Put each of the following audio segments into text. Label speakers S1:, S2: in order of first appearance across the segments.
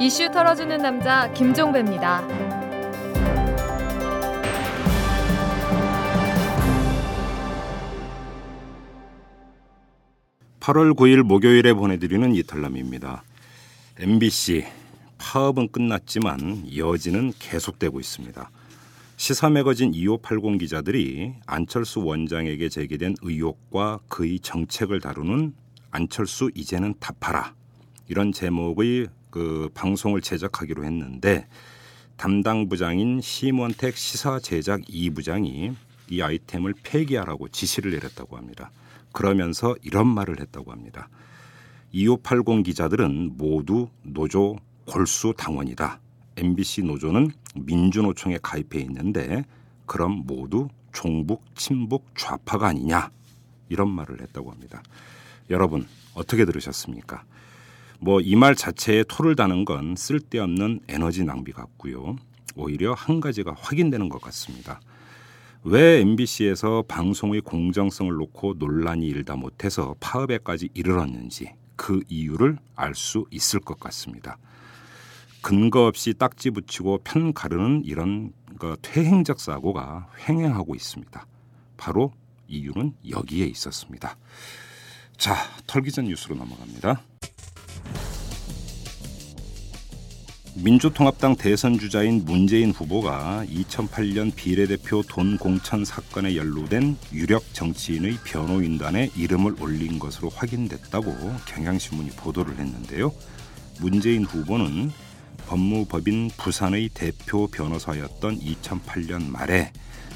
S1: 이슈 털어주는 남자 김종배입니다.
S2: 8월 9일 목요일에 보내드리는 이탈남입니다. MBC 파업은 끝났지만 여지는 계속되고 있습니다. 시사 매거진 2580 기자들이 안철수 원장에게 제기된 의혹과 그의 정책을 다루는 안철수 이제는 답하라 이런 제목의 그 방송을 제작하기로 했는데 담당 부장인 심원택 시사 제작 2부장이 이 아이템을 폐기하라고 지시를 내렸다고 합니다. 그러면서 이런 말을 했다고 합니다. 2580 기자들은 모두 노조 골수 당원이다. MBC 노조는 민주노총에 가입해 있는데 그럼 모두 종북 친북 좌파가 아니냐 이런 말을 했다고 합니다. 여러분 어떻게 들으셨습니까? 뭐 이 말 자체에 토를 다는 건 쓸데없는 에너지 낭비 같고요. 오히려 한 가지가 확인되는 것 같습니다. 왜 MBC에서 방송의 공정성을 놓고 논란이 일다 못해서 파업에까지 이르렀는지 그 이유를 알 수 있을 것 같습니다. 근거 없이 딱지 붙이고 편 가르는 이런 그 퇴행적 사고가 횡행하고 있습니다. 바로 이유는 여기에 있었습니다. 자, 털기 전 뉴스로 넘어갑니다. 민주통합당 대선 주자인 문재인 후보가 2008년 비례대표 돈 공천 사건에 연루된 유력 정치인의 변호인단에 이름을 올린 것으로 확인됐다고 경향신문이 보도를 했는데요. 문재인 후보는 법무법인 부산의 대표 변호사였던 2008년 말에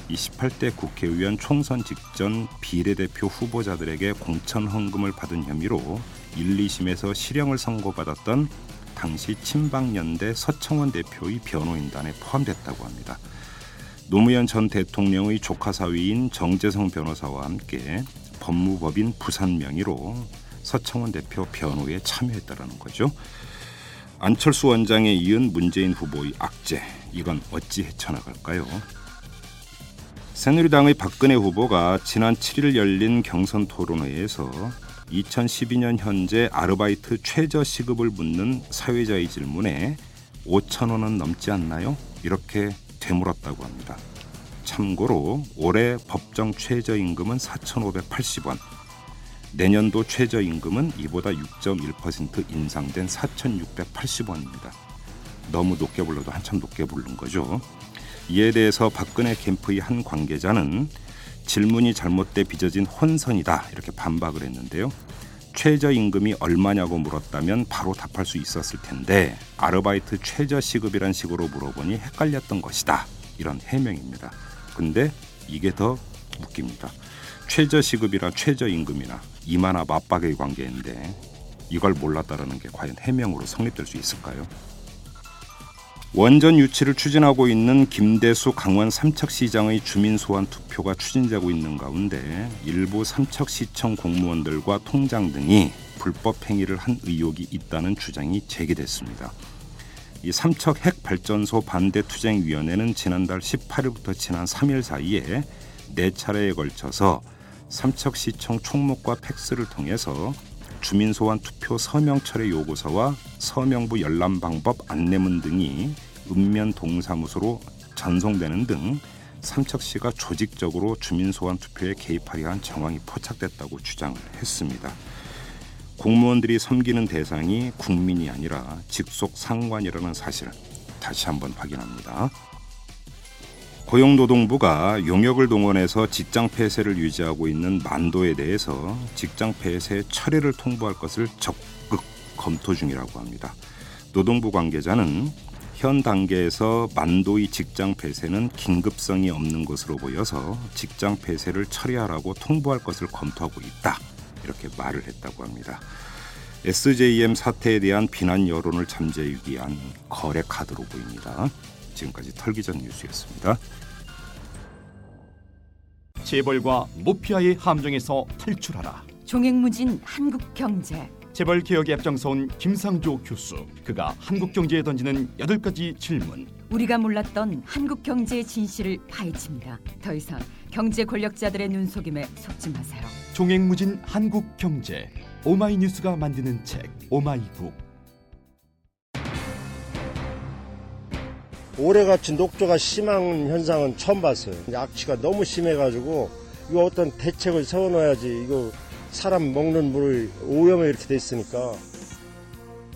S2: 28대 국회의원 총선 직전 비례대표 후보자들에게 공천 헌금을 받은 혐의로 1, 2심에서 실형을 선고받았던 당시 친박연대 서청원 대표의 변호인단에 포함됐다고 합니다. 노무현 전 대통령의 조카 사위인 정재성 변호사와 함께 법무법인 부산 명의로 서청원 대표 변호에 참여했다라는 거죠. 안철수 원장에 이은 문재인 후보의 악재 이건 어찌 헤쳐나갈까요? 새누리당의 박근혜 후보가 지난 7일 열린 경선 토론회에서 2012년 현재 아르바이트 최저 시급을 묻는 사회자의 질문에 5천 원은 넘지 않나요? 이렇게 되물었다고 합니다. 참고로 올해 법정 최저임금은 4,580원, 내년도 최저임금은 이보다 6.1% 인상된 4,680원입니다. 너무 높게 불러도 한참 높게 부른 거죠. 이에 대해서 박근혜 캠프의 한 관계자는 질문이 잘못돼 빚어진 혼선이다 이렇게 반박을 했는데요. 최저임금이 얼마냐고 물었다면 바로 답할 수 있었을 텐데 아르바이트 최저시급이란 식으로 물어보니 헷갈렸던 것이다 이런 해명입니다. 근데 이게 더 웃깁니다. 최저시급이라 최저임금이나 이마나 맞박의 관계인데 이걸 몰랐다라는 게 과연 해명으로 성립될 수 있을까요? 원전 유치를 추진하고 있는 김대수 강원 삼척시장의 주민 소환 투표가 추진되고 있는 가운데 일부 삼척시청 공무원들과 통장 등이 불법 행위를 한 의혹이 있다는 주장이 제기됐습니다. 이 삼척 핵발전소 반대 투쟁위원회는 지난달 18일부터 지난 3일 사이에 네 차례에 걸쳐서 삼척시청 총목과 팩스를 통해서 주민 소환 투표 서명 철회 요구서와 서명부 열람 방법 안내문 등이 읍면 동사무소로 전송되는 등 삼척시가 조직적으로 주민 소환 투표에 개입하려 한 정황이 포착됐다고 주장을 했습니다. 공무원들이 섬기는 대상이 국민이 아니라 직속 상관이라는 사실 다시 한번 확인합니다. 고용노동부가 용역을 동원해서 직장 폐쇄를 유지하고 있는 만도에 대해서 직장 폐쇄 철회를 통보할 것을 적극 검토 중이라고 합니다. 노동부 관계자는 현 단계에서 만도의 직장 폐쇄는 긴급성이 없는 것으로 보여서 직장 폐쇄를 처리하라고 통보할 것을 검토하고 있다. 이렇게 말을 했다고 합니다. SJM 사태에 대한 비난 여론을 잠재우기 위한 거래 카드로 보입니다. 지금까지 털기전 뉴스였습니다.
S3: 재벌과 모피아의 함정에서 탈출하라.
S4: 종횡무진 한국경제
S3: 재벌 개혁에 앞장서온 김상조 교수. 그가 한국 경제에 던지는 여덟 가지 질문.
S4: 우리가 몰랐던 한국 경제의 진실을 파헤칩니다. 더 이상 경제 권력자들의 눈속임에 속지 마세요.
S3: 종횡무진 한국 경제. 오마이뉴스가 만드는 책 오마이북.
S5: 올해같이 녹조가 심한 현상은 처음 봤어요. 이제 악취가 너무 심해가지고 이거 어떤 대책을 세워놔야지 이거 사람 먹는 물을 오염에 이렇게 돼 있으니까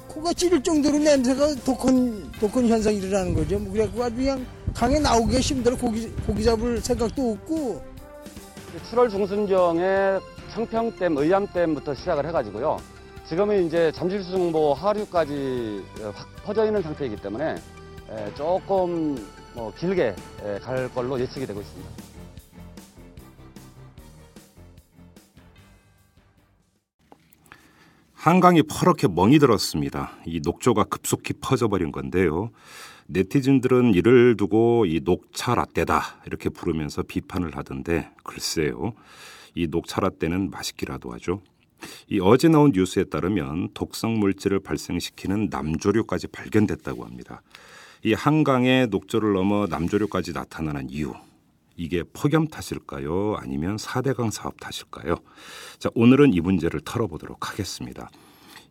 S6: 코가 찌를 정도로 냄새가 독한 독한 현상이 일어나는 거죠. 뭐 그래갖고 아주 그냥 강에 나오기가 힘들어 고기 고기 잡을 생각도 없고
S7: 7월 중순경에 청평댐, 의암댐부터 시작을 해가지고요. 지금은 이제 잠실수중보 하류까지 어, 확 퍼져 있는 상태이기 때문에 에, 조금 뭐 길게 에, 갈 걸로 예측이 되고 있습니다.
S2: 한강이 퍼렇게 멍이 들었습니다. 이 녹조가 급속히 퍼져버린 건데요. 네티즌들은 이를 두고 이 녹차 라떼다 이렇게 부르면서 비판을 하던데 글쎄요. 이 녹차 라떼는 맛있기라도 하죠. 이 어제 나온 뉴스에 따르면 독성 물질을 발생시키는 남조류까지 발견됐다고 합니다. 이 한강의 녹조를 넘어 남조류까지 나타나는 이유 이게 폭염 탓일까요? 아니면 4대강 사업 탓일까요? 자, 오늘은 이 문제를 털어보도록 하겠습니다.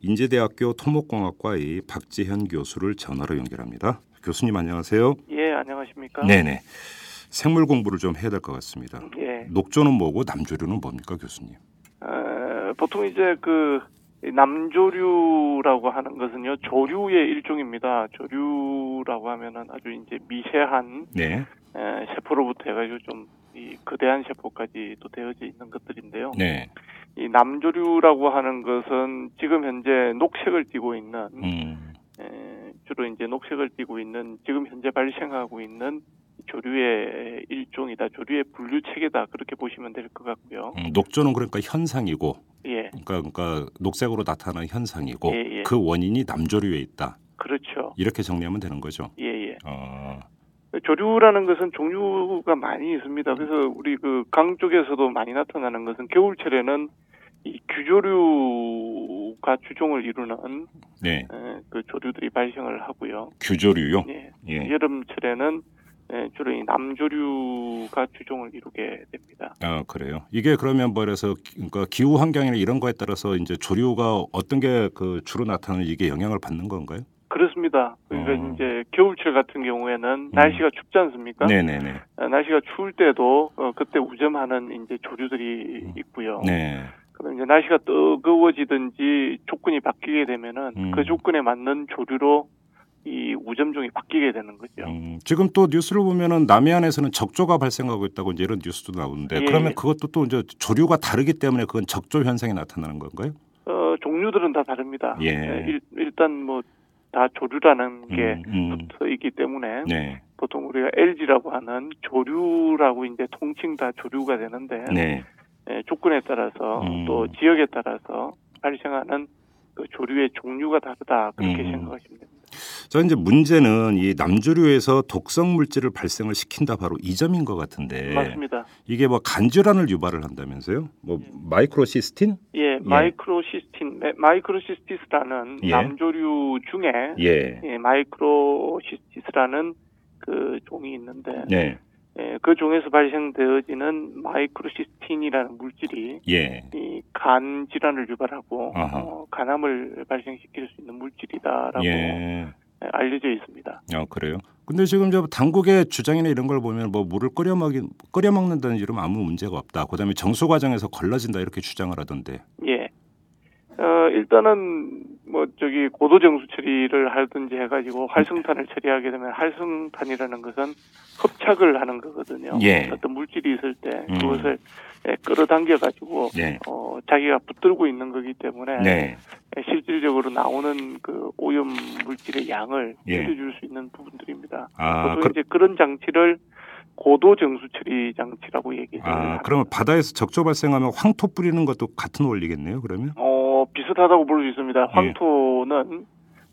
S2: 인제대학교 토목공학과의 박지현 교수를 전화로 연결합니다. 교수님 안녕하세요.
S8: 예, 안녕하십니까?
S2: 네네. 생물 공부를 좀 해야 될 것 같습니다.
S8: 예.
S2: 녹조는 뭐고 남조류는 뭡니까 교수님?
S8: 어, 보통 이제 그 남조류라고 하는 것은요, 조류의 일종입니다. 조류라고 하면은 아주 이제 미세한
S2: 네,
S8: 에, 세포로부터 해가지고 좀 이 거대한 세포까지도 되어져 있는 것들인데요.
S2: 네,
S8: 이 남조류라고 하는 것은 지금 현재 녹색을 띠고 있는
S2: 음,
S8: 에, 주로 이제 녹색을 띠고 있는 지금 현재 발생하고 있는 조류의 일종이다, 조류의 분류 체계다 그렇게 보시면 될 것 같고요.
S2: 음, 녹조는 그러니까 현상이고,
S8: 예,
S2: 그러니까, 그러니까 녹색으로 나타나는 현상이고,
S8: 예, 예.
S2: 그 원인이 남조류에 있다
S8: 그렇죠.
S2: 이렇게 정리하면 되는 거죠.
S8: 예, 예.
S2: 어,
S8: 조류라는 것은 종류가 많이 있습니다.
S2: 음.
S8: 그래서 우리 그 강 쪽에서도 많이 나타나는 것은 겨울철에는 이 규조류가 주종을 이루는
S2: 네,
S8: 에, 그 조류들이 발생을 하고요.
S2: 규조류요.
S8: 예.
S2: 예.
S8: 여름철에는 에, 주로 이 남조류가 주종을 이루게 됩니다.
S2: 아 그래요. 이게 그러면 뭐 그래서 기- 그러니까 기후 환경이나 이런 거에 따라서 이제 조류가 어떤 게 그 주로 나타나는 이게 영향을 받는 건가요?
S8: 그렇습니다. 그러니까
S2: 어.
S8: 이제 겨울철 같은 경우에는 날씨가 춥지 않습니까?
S2: 음. 네네네.
S8: 아, 날씨가 추울 때도 어, 그때 우점하는 이제 조류들이 있고요.
S2: 네.
S8: 그럼 이제 날씨가 뜨거워지든지 조건이 바뀌게 되면은
S2: 음.
S8: 그 조건에 맞는 조류로 이 우점종이 바뀌게 되는 거죠.
S2: 음, 지금 또 뉴스를 보면은 남해안에서는 적조가 발생하고 있다고 이제 이런 뉴스도 나오는데
S8: 예,
S2: 그러면
S8: 예.
S2: 그것도 또 이제 조류가 다르기 때문에 그건 적조 현상이 나타나는 건가요?
S8: 어, 종류들은 다 다릅니다.
S2: 예.
S8: 일, 단 뭐 다 조류라는 게
S2: 음, 음.
S8: 붙어 있기 때문에
S2: 네.
S8: 보통 우리가 LG라고 하는 조류라고 이제 통칭 다 조류가 되는데
S2: 네.
S8: 예, 조건에 따라서
S2: 음.
S8: 또 지역에 따라서 발생하는 그 조류의 종류가 다르다 그렇게
S2: 음.
S8: 생각하시면 됩니다.
S2: 자 이제 문제는 이 남조류에서 독성 물질을 발생을 시킨다 바로 이 점인 것 같은데
S8: 맞습니다.
S2: 이게 뭐 간질환을 유발을 한다면서요? 뭐
S8: 네.
S2: 마이크로시스틴?
S8: 예, 마이크로시스틴, 마- 마이크로시스티스라는
S2: 예.
S8: 남조류 중에
S2: 예.
S8: 예, 마이크로시스티스라는 그 종이 있는데
S2: 네.
S8: 예, 그 종에서 발생되어지는 마이크로시스틴이라는 물질이
S2: 예.
S8: 이 간 질환을 유발하고
S2: 아하.
S8: 어, 간암을 발생시킬 수 있는 물질이다라고
S2: 예.
S8: 예, 알려져 있습니다.
S2: 아 그래요. 근데 지금 저 당국의 주장이나 이런 걸 보면 뭐 물을 끓여 먹인 끓여 먹는다는 이름 아무 문제가 없다. 그다음에 정수 과정에서 걸러진다 이렇게 주장을 하던데.
S8: 예. 어, 일단은 뭐 저기 고도 정수 처리를 하든지 해가지고 활성탄을 처리하게 되면 활성탄이라는 것은 흡착을 하는 거거든요.
S2: 예.
S8: 어떤 물질이 있을 때
S2: 음.
S8: 그것을 예, 끌어당겨가지고
S2: 네.
S8: 어, 자기가 붙들고 있는 거기 때문에
S2: 네.
S8: 예, 실질적으로 나오는 그 오염 물질의 양을
S2: 예.
S8: 줄여줄 수 있는 부분들입니다.
S2: 아,
S8: 보통
S2: 그,
S8: 이제 뭐 그런 장치를 고도 정수 처리 장치라고 얘기를
S2: 아
S8: 합니다.
S2: 그러면 바다에서 적조 발생하면 황토 뿌리는 것도 같은 원리겠네요. 그러면.
S8: 어, 비슷하다고 볼 수
S2: 예.
S8: 있습니다. 황토는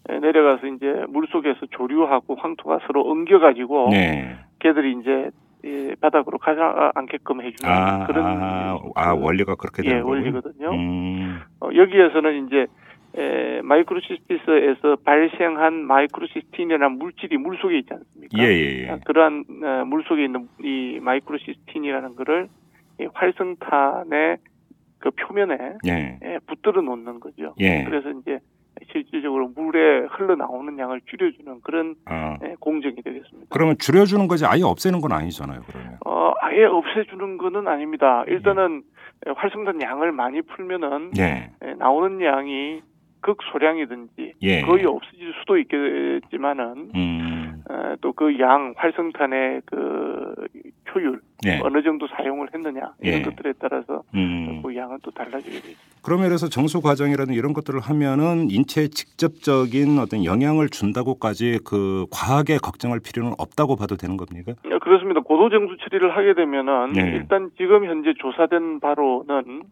S8: 에, 내려가서 이제 물 속에서 조류하고 황토가 서로 엉겨가지고
S2: 네.
S8: 걔들이 이제 이 바닥으로 가지 않게끔 해주는
S2: 아,
S8: 네. 그런
S2: 아, 아 원리가 그렇게
S8: 예,
S2: 되는 거군요.
S8: 원리거든요.
S2: 음,
S8: 어, 여기에서는 이제 에, 마이크로시스티스에서 발생한 마이크로시스틴이라는 물질이 물 속에 있지 않습니까?
S2: 예, 예,
S8: 아,
S2: 예.
S8: 그러한 어, 물 속에 있는 이 마이크로시스틴이라는 거를 이 활성탄의 그 표면에
S2: 예.
S8: 예, 붙들어 놓는 거죠.
S2: 예.
S8: 그래서 이제 실질 전체적으로 물에 흘러나오는 양을 줄여주는 그런
S2: 아,
S8: 예, 공정이 되겠습니다.
S2: 그러면 줄여주는 거지 아예 없애는 건 아니잖아요. 그러면.
S8: 어, 아예 없애주는 거는 아닙니다. 일단은 예, 활성탄 양을 많이 풀면은
S2: 예,
S8: 예, 나오는 양이 극소량이든지
S2: 예.
S8: 거의 없어질 수도 있겠지만은
S2: 음,
S8: 또 그 양 활성탄의 그 효율
S2: 예.
S8: 어느 정도 사용을 했느냐 이런
S2: 예.
S8: 것들에 따라서
S2: 음.
S8: 그 양은 또 달라지게 되죠.
S2: 그러면 그래서 정수 과정이라든 이런 것들을 하면은 인체에 직접적인 어떤 영향을 준다고까지 그 과하게 걱정할 필요는 없다고 봐도 되는 겁니까?
S8: 어, 그렇습니다. 고도 정수 처리를 하게 되면은
S2: 네.
S8: 일단 지금 현재 조사된 바로는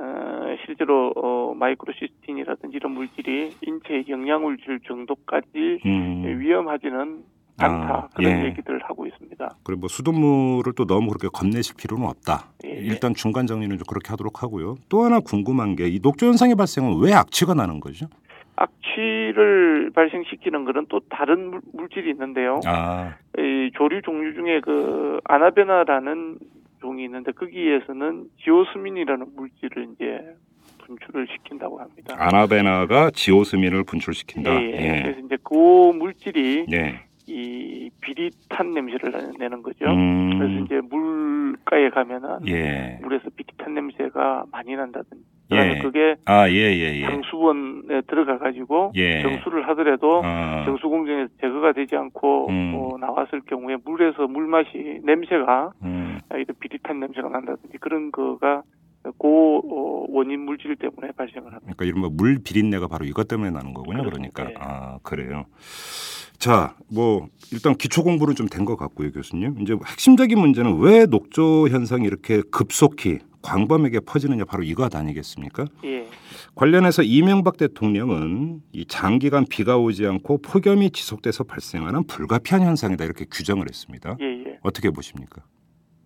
S8: 어, 실제로 어, 마이크로시스틴이라든지 이런 물질이 인체에 영향을 줄 정도까지
S2: 음.
S8: 예, 위험하지는
S2: 아,
S8: 않다 그런
S2: 예.
S8: 얘기들을 하고 있습니다.
S2: 그리고 뭐 수돗물을 또 너무 그렇게 겁내실 필요는 없다.
S8: 예.
S2: 일단 중간 정리는 좀 그렇게 하도록 하고요. 또 하나 궁금한 게 이 녹조 현상의 발생은 왜 악취가 나는 거죠?
S8: 악취를 발생시키는 그런 또 다른 물- 물질이 있는데요.
S2: 아,
S8: 이 조류 종류 중에 그 아나베나라는 종이 있는데 거기에서는 지오스민이라는 물질을 이제 분출을 시킨다고 합니다.
S2: 아나베나가 지오스민을 분출시킨다.
S8: 예, 예. 그래서 이제 그 물질이
S2: 예.
S8: 이 비릿한 냄새를 내- 내는 거죠.
S2: 음,
S8: 그래서 이제 물가에 가면은
S2: 예.
S8: 물에서 비릿한 냄새가 많이 난다든지.
S2: 예.
S8: 그다음에 그게
S2: 아, 예, 예, 예.
S8: 장수원에 들어가 가지고
S2: 예.
S8: 정수를 하더라도
S2: 아,
S8: 정수 공정에서 제거가 되지 않고
S2: 음.
S8: 뭐 나왔을 경우에 물에서 물 맛이 냄새가 아,
S2: 음,
S8: 이런 비릿한 냄새가 난다든지 그런 거가 고 어, 원인 물질 때문에 발생을 합니다.
S2: 그러니까 이른바 물 비린내가 바로 이것 때문에 나는 거군요.
S8: 그렇습니다.
S2: 그러니까
S8: 예.
S2: 아 그래요. 자, 뭐 일단 기초 공부는 좀 된 것 같고요, 교수님. 이제 핵심적인 문제는 왜 녹조 현상이 이렇게 급속히 광범위하게 퍼지느냐 바로 이것 아니겠습니까?
S8: 예.
S2: 관련해서 이명박 대통령은 이 장기간 비가 오지 않고 폭염이 지속돼서 발생하는 불가피한 현상이다 이렇게 규정을 했습니다.
S8: 예, 예.
S2: 어떻게 보십니까?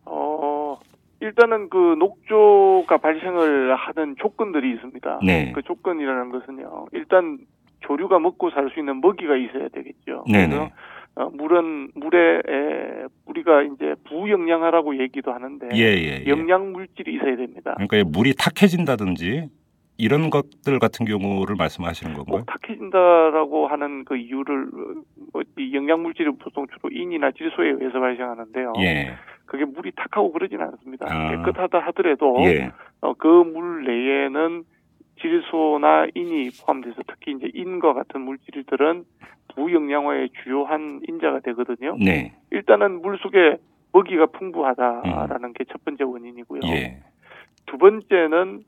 S8: 어, 일단은 그 녹조가 발생을 하는 조건들이 있습니다.
S2: 네.
S8: 그 조건이라는 것은요. 일단 조류가 먹고 살 수 있는 먹이가 있어야 되겠죠. 그래서,
S2: 네네.
S8: 어, 물은 물에 에, 우리가 이제 부영양하라고 얘기도 하는데
S2: 예예.
S8: 영양 물질이 있어야 됩니다.
S2: 그러니까 이 물이 탁해진다든지 이런 것들 같은 경우를 말씀하시는 건가요?
S8: 꼭 탁해진다라고 하는 그 이유를 어, 뭐이 영양 물질이 보통 주로 인이나 질소에 의해서 발생하는데요.
S2: 예.
S8: 그게 물이 탁하고 그러진 않습니다.
S2: 아.
S8: 깨끗하다 하더라도
S2: 예.
S8: 어, 그 물 내에는 질소나 인이 포함돼서 특히 이제 인과 같은 물질들은 부영양화의 주요한 인자가 되거든요.
S2: 네.
S8: 일단은 물 속에 먹이가 풍부하다라는 게 첫 번째 원인이고요.
S2: 음. 예.
S8: 두 번째는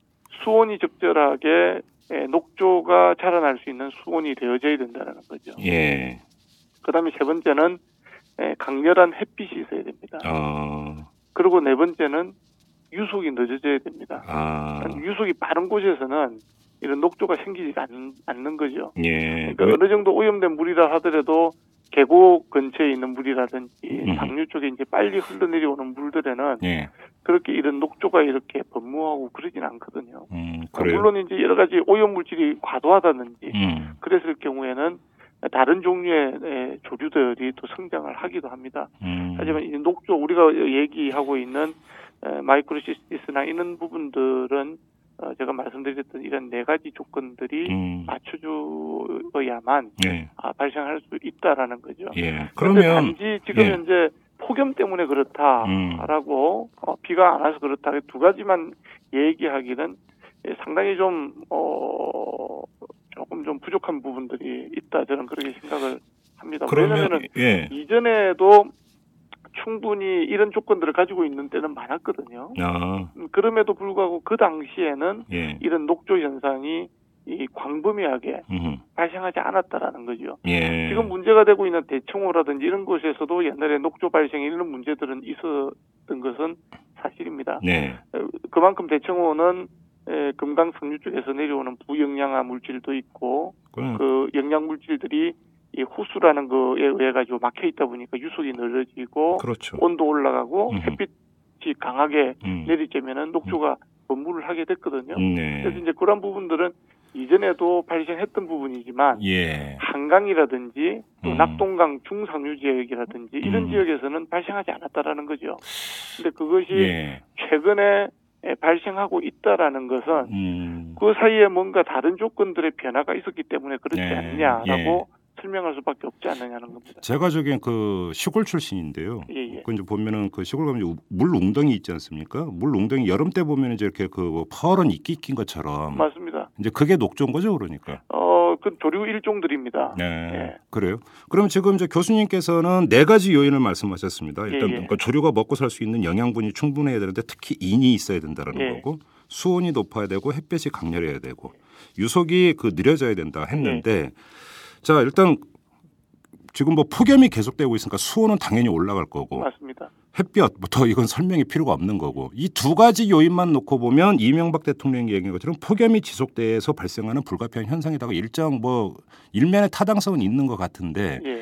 S8: 수온이 적절하게 예, 녹조가 자라날 수 있는 수온이 되어져야 된다는 거죠.
S2: 예.
S8: 그다음에 세 번째는 예, 강렬한 햇빛이 있어야 됩니다.
S2: 어.
S8: 그리고 네 번째는 유속이 늦어져야 됩니다.
S2: 아.
S8: 유속이 빠른 곳에서는 이런 녹조가 생기지 않, 않는 거죠.
S2: 예.
S8: 그러니까 어느 정도 오염된 물이라 하더라도 계곡 근처에 있는 물이라든지
S2: 음.
S8: 당류 쪽에 이제 빨리 흘러내려오는 물들에는
S2: 예.
S8: 그렇게 이런 녹조가 이렇게 번무하고 그러진 않거든요. 그러니까
S2: 음. 그래요.
S8: 아, 물론 이제 여러 가지 오염 물질이 과도하다든지
S2: 음.
S8: 그랬을 경우에는 다른 종류의 에, 조류들이 또 성장을 하기도 합니다.
S2: 음.
S8: 하지만 이 녹조 우리가 얘기하고 있는 에, 마이크로시스나 이런 부분들은 어, 제가 말씀드렸던 이런 네 가지 조건들이
S2: 음.
S8: 맞춰줘야만
S2: 예.
S8: 아, 발생할 수 있다라는 거죠.
S2: 예.
S8: 그런데
S2: 그러면
S8: 단지 지금
S2: 예.
S8: 현재 폭염 때문에
S2: 음.
S8: 그렇다라고 어, 비가 안 와서 그렇다 두 가지만 얘기하기는 예, 상당히 좀 어, 조금 좀 부족한 부분들이 있다 저는 그렇게 생각을 합니다. 왜냐면은
S2: 그러면 예.
S8: 이전에도 충분히 이런 조건들을 가지고 있는 때는 많았거든요.
S2: 아.
S8: 음, 그럼에도 불구하고 그 당시에는
S2: 예.
S8: 이런 녹조 현상이 이 광범위하게
S2: 음.
S8: 발생하지 않았다라는 거죠.
S2: 예.
S8: 지금 문제가 되고 있는 대청호라든지 이런 곳에서도 옛날에 녹조 발생 이런 문제들은 있었던 것은 사실입니다.
S2: 네.
S8: 에, 그만큼 대청호는 에, 금강 석류 쪽에서 내려오는 부영양화 물질도 있고
S2: 그럼
S8: 그 영양 물질들이 이 호수라는 거에 의해 가지고 막혀 있다 보니까 유속이 늘어지고
S2: 그렇죠.
S8: 온도 올라가고
S2: 음흠.
S8: 햇빛이 강하게
S2: 음.
S8: 내리쬐면은 녹조가 번물을 하게 됐거든요.
S2: 네.
S8: 그래서 이제 그런 부분들은 이전에도 발생했던 부분이지만
S2: 예.
S8: 한강이라든지 또
S2: 음.
S8: 낙동강 중상류 지역이라든지 이런
S2: 음.
S8: 지역에서는 발생하지 않았다라는 거죠. 근데 그것이
S2: 예.
S8: 최근에 예, 발생하고 있다라는 것은
S2: 음,
S8: 그 사이에 뭔가 다른 조건들의 변화가 있었기 때문에 그렇지
S2: 네, 예.
S8: 않느냐라고 설명할 수밖에 없지 않느냐는 겁니다.
S2: 제가 저기 그 시골 출신인데요.
S8: 예, 예.
S2: 그 이제 보면은 그 시골 가면 이제 물 웅덩이 있지 않습니까? 물 웅덩이 여름 때 보면 이제 이렇게 그 파란 이끼 낀 것처럼
S8: 맞습니다.
S2: 이제 그게 녹조인 거죠, 그러니까.
S8: 어, 그 조류 일종들입니다.
S2: 네.
S8: 예.
S2: 그래요. 그럼 지금 저 교수님께서는 네 가지 요인을 말씀하셨습니다. 일단
S8: 예, 예.
S2: 그러니까 조류가 먹고 살 수 있는 영양분이 충분해야 되는데 특히 인이 있어야 된다는
S8: 예.
S2: 거고 수온이 높아야 되고 햇볕이 강렬해야 되고 유속이 그 느려져야 된다 했는데
S8: 예.
S2: 자 일단 지금 뭐 폭염이 계속되고 있으니까 수온은 당연히 올라갈 거고
S8: 맞습니다.
S2: 햇볕부터 뭐 이건 설명이 필요가 없는 거고 이 두 가지 요인만 놓고 보면 이명박 대통령이 얘기한 것처럼 폭염이 지속돼서 발생하는 불가피한 현상이라고 일정 뭐 일면의 타당성은 있는 것 같은데
S8: 예.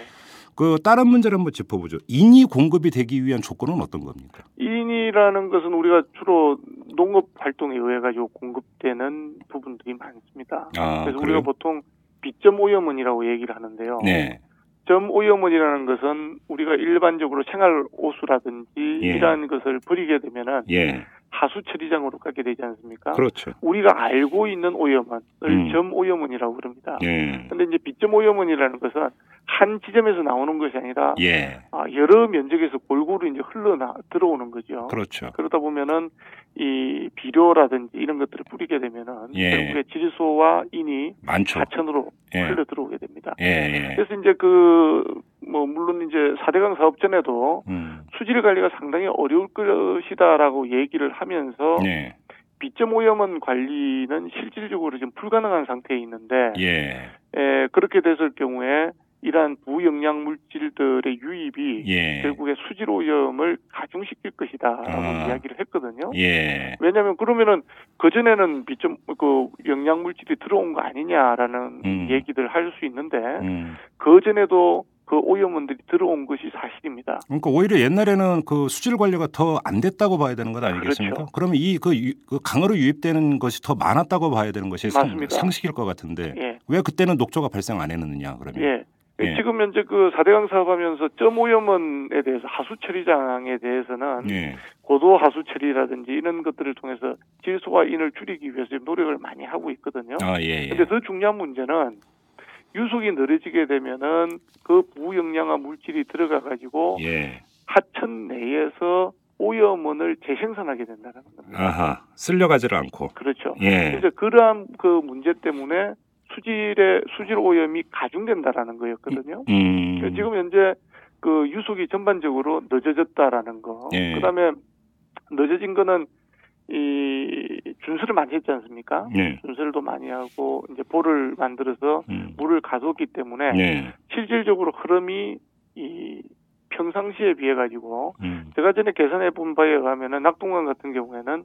S2: 그 다른 문제를 한번 짚어보죠. 인이 공급이 되기 위한 조건은 어떤 겁니까?
S8: 인이라는 것은 우리가 주로 농업 활동에 의해 가지고 공급되는 부분들이 많습니다.
S2: 아
S8: 그래서 우리가 보통 비점 오염원이라고 얘기를 하는데요.
S2: 네.
S8: 점 오염원이라는 것은 우리가 일반적으로 생활 오수라든지
S2: 예.
S8: 이러한 것을 버리게 되면은
S2: 예.
S8: 하수 처리장으로 가게 되지 않습니까?
S2: 그렇죠.
S8: 우리가 알고 있는 오염원을
S2: 음.
S8: 점 오염원이라고 그럽니다.
S2: 예.
S8: 근데 이제 비점 오염원이라는 것은 한 지점에서 나오는 것이 아니라
S2: 예.
S8: 아, 여러 면적에서 골고루 이제 흘러나 들어오는 거죠.
S2: 그렇죠.
S8: 그러다 보면은 이 비료라든지 이런 것들을 뿌리게 되면은
S2: 예.
S8: 결국에 질소와 인이
S2: 많죠.
S8: 하천으로
S2: 예.
S8: 흘러 들어오게 됩니다.
S2: 예. 예.
S8: 아, 그래서 이제 그 뭐 물론 이제 4대강 사업 전에도
S2: 음.
S8: 수질 관리가 상당히 어려울 것이다라고 얘기를 하면서
S2: 예.
S8: 비점 오염원 관리는 실질적으로 지금 불가능한 상태에 있는데
S2: 예.
S8: 네, 에, 그렇게 됐을 경우에 이러한 부영양 물질들의 유입이
S2: 예.
S8: 결국에 수질 오염을 가중시킬 것이다라고
S2: 아.
S8: 이야기를 했거든요.
S2: 예.
S8: 왜냐하면 그러면은 그 전에는 비점 그 영양 물질이 들어온 거 아니냐라는
S2: 음.
S8: 얘기들 할 수 있는데
S2: 음.
S8: 그 전에도 그 오염원들이 들어온 것이 사실입니다.
S2: 그러니까 오히려 옛날에는 그 수질 관리가 더 안 됐다고 봐야 되는 것 아니겠습니까?
S8: 그렇죠.
S2: 그러면 이 그 강으로 유입되는 것이 더 많았다고 봐야 되는 것이 상-
S8: 맞습니다.
S2: 상식일 것 같은데
S8: 예,
S2: 왜 그때는 녹조가 발생 안 했느냐 그러면
S8: 예.
S2: 예.
S8: 지금 현재 그 4대강 사업하면서 점 오염원에 대해서 하수 처리장에 대해서는
S2: 예.
S8: 고도 하수 처리라든지 이런 것들을 통해서 질소와 인을 줄이기 위해서 노력을 많이 하고 있거든요.
S2: 아 예. 예.
S8: 그렇죠? 근데 더 중요한 문제는 유속이 느려지게 되면은 그 부영양화 물질이 들어가 가지고
S2: 예.
S8: 하천 내에서 오염원을 재생산하게 된다는 겁니다.
S2: 아하 쓸려가지를 않고
S8: 그렇죠.
S2: 예.
S8: 그래서 그러한 그 문제 때문에 수질의 수질 오염이 가중된다라는 거였거든요.
S2: 음.
S8: 지금 현재 그 유속이 전반적으로 늦어졌다라는 거.
S2: 예.
S8: 그다음에 늦어진 거는 이 준수를 많이 했지 않습니까?
S2: 예.
S8: 준수를도 많이 하고 이제 볼을 만들어서
S2: 음.
S8: 물을 가뒀기 때문에
S2: 예.
S8: 실질적으로 흐름이 이 평상시에 비해 가지고
S2: 음.
S8: 제가 전에 계산해 본 바에 의하면은 낙동강 같은 경우에는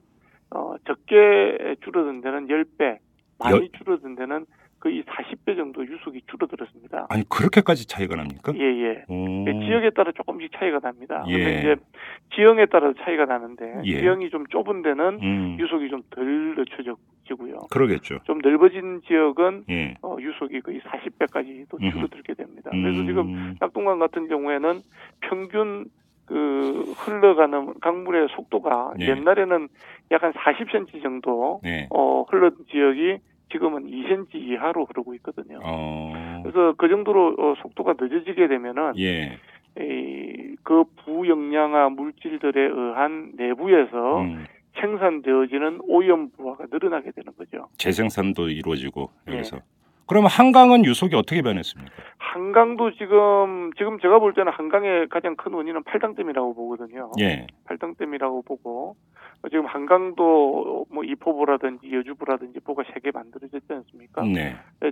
S8: 어, 적게 줄어든 데는 10배, 많이 줄어든 데는 거의 40배 정도 유속이 줄어들었습니다.
S2: 아니 그렇게까지 차이가 납니까?
S8: 예, 예.
S2: 오.
S8: 그 지역에 따라 조금씩 차이가 납니다.
S2: 음. 예.
S8: 근데 이제 지형에 따라 차이가 나는데
S2: 예.
S8: 지형이 좀 좁은 데는
S2: 음.
S8: 유속이 좀 덜 늦춰지고요.
S2: 그러겠죠.
S8: 좀 넓어진 지역은
S2: 예.
S8: 어, 유속이 거의 40배까지도
S2: 음흠.
S8: 줄어들게 됩니다. 그래서 지금
S2: 음.
S8: 낙동강 같은 경우에는 평균 그 흘러가는 강물의 속도가
S2: 네.
S8: 옛날에는 약 한 40cm 정도
S2: 예.
S8: 어, 흘러던 지역이 지금은 2cm 이하로 흐르고 있거든요.
S2: 어.
S8: 그래서 그 정도로 어, 속도가 늦어지게 되면은
S2: 예.
S8: 이, 그 부영양화 물질들에 의한 내부에서
S2: 음.
S8: 생산되어지는 오염 부하가 늘어나게 되는 거죠.
S2: 재생산도 이루어지고
S8: 예.
S2: 여기서. 그럼 한강은 유속이 어떻게 변했습니까?
S8: 한강도 지금 지금 제가 볼 때는 한강의 가장 큰 원인은 팔당댐이라고 보거든요.
S2: 예.
S8: 팔당댐이라고 보고 어, 지금 한강도 뭐 이포부라든지 여주부라든지 보가 세 개 만들어졌지 않습니까?
S2: 네.
S8: 네,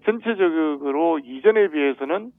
S8: 전체적으로 이전에 비해서는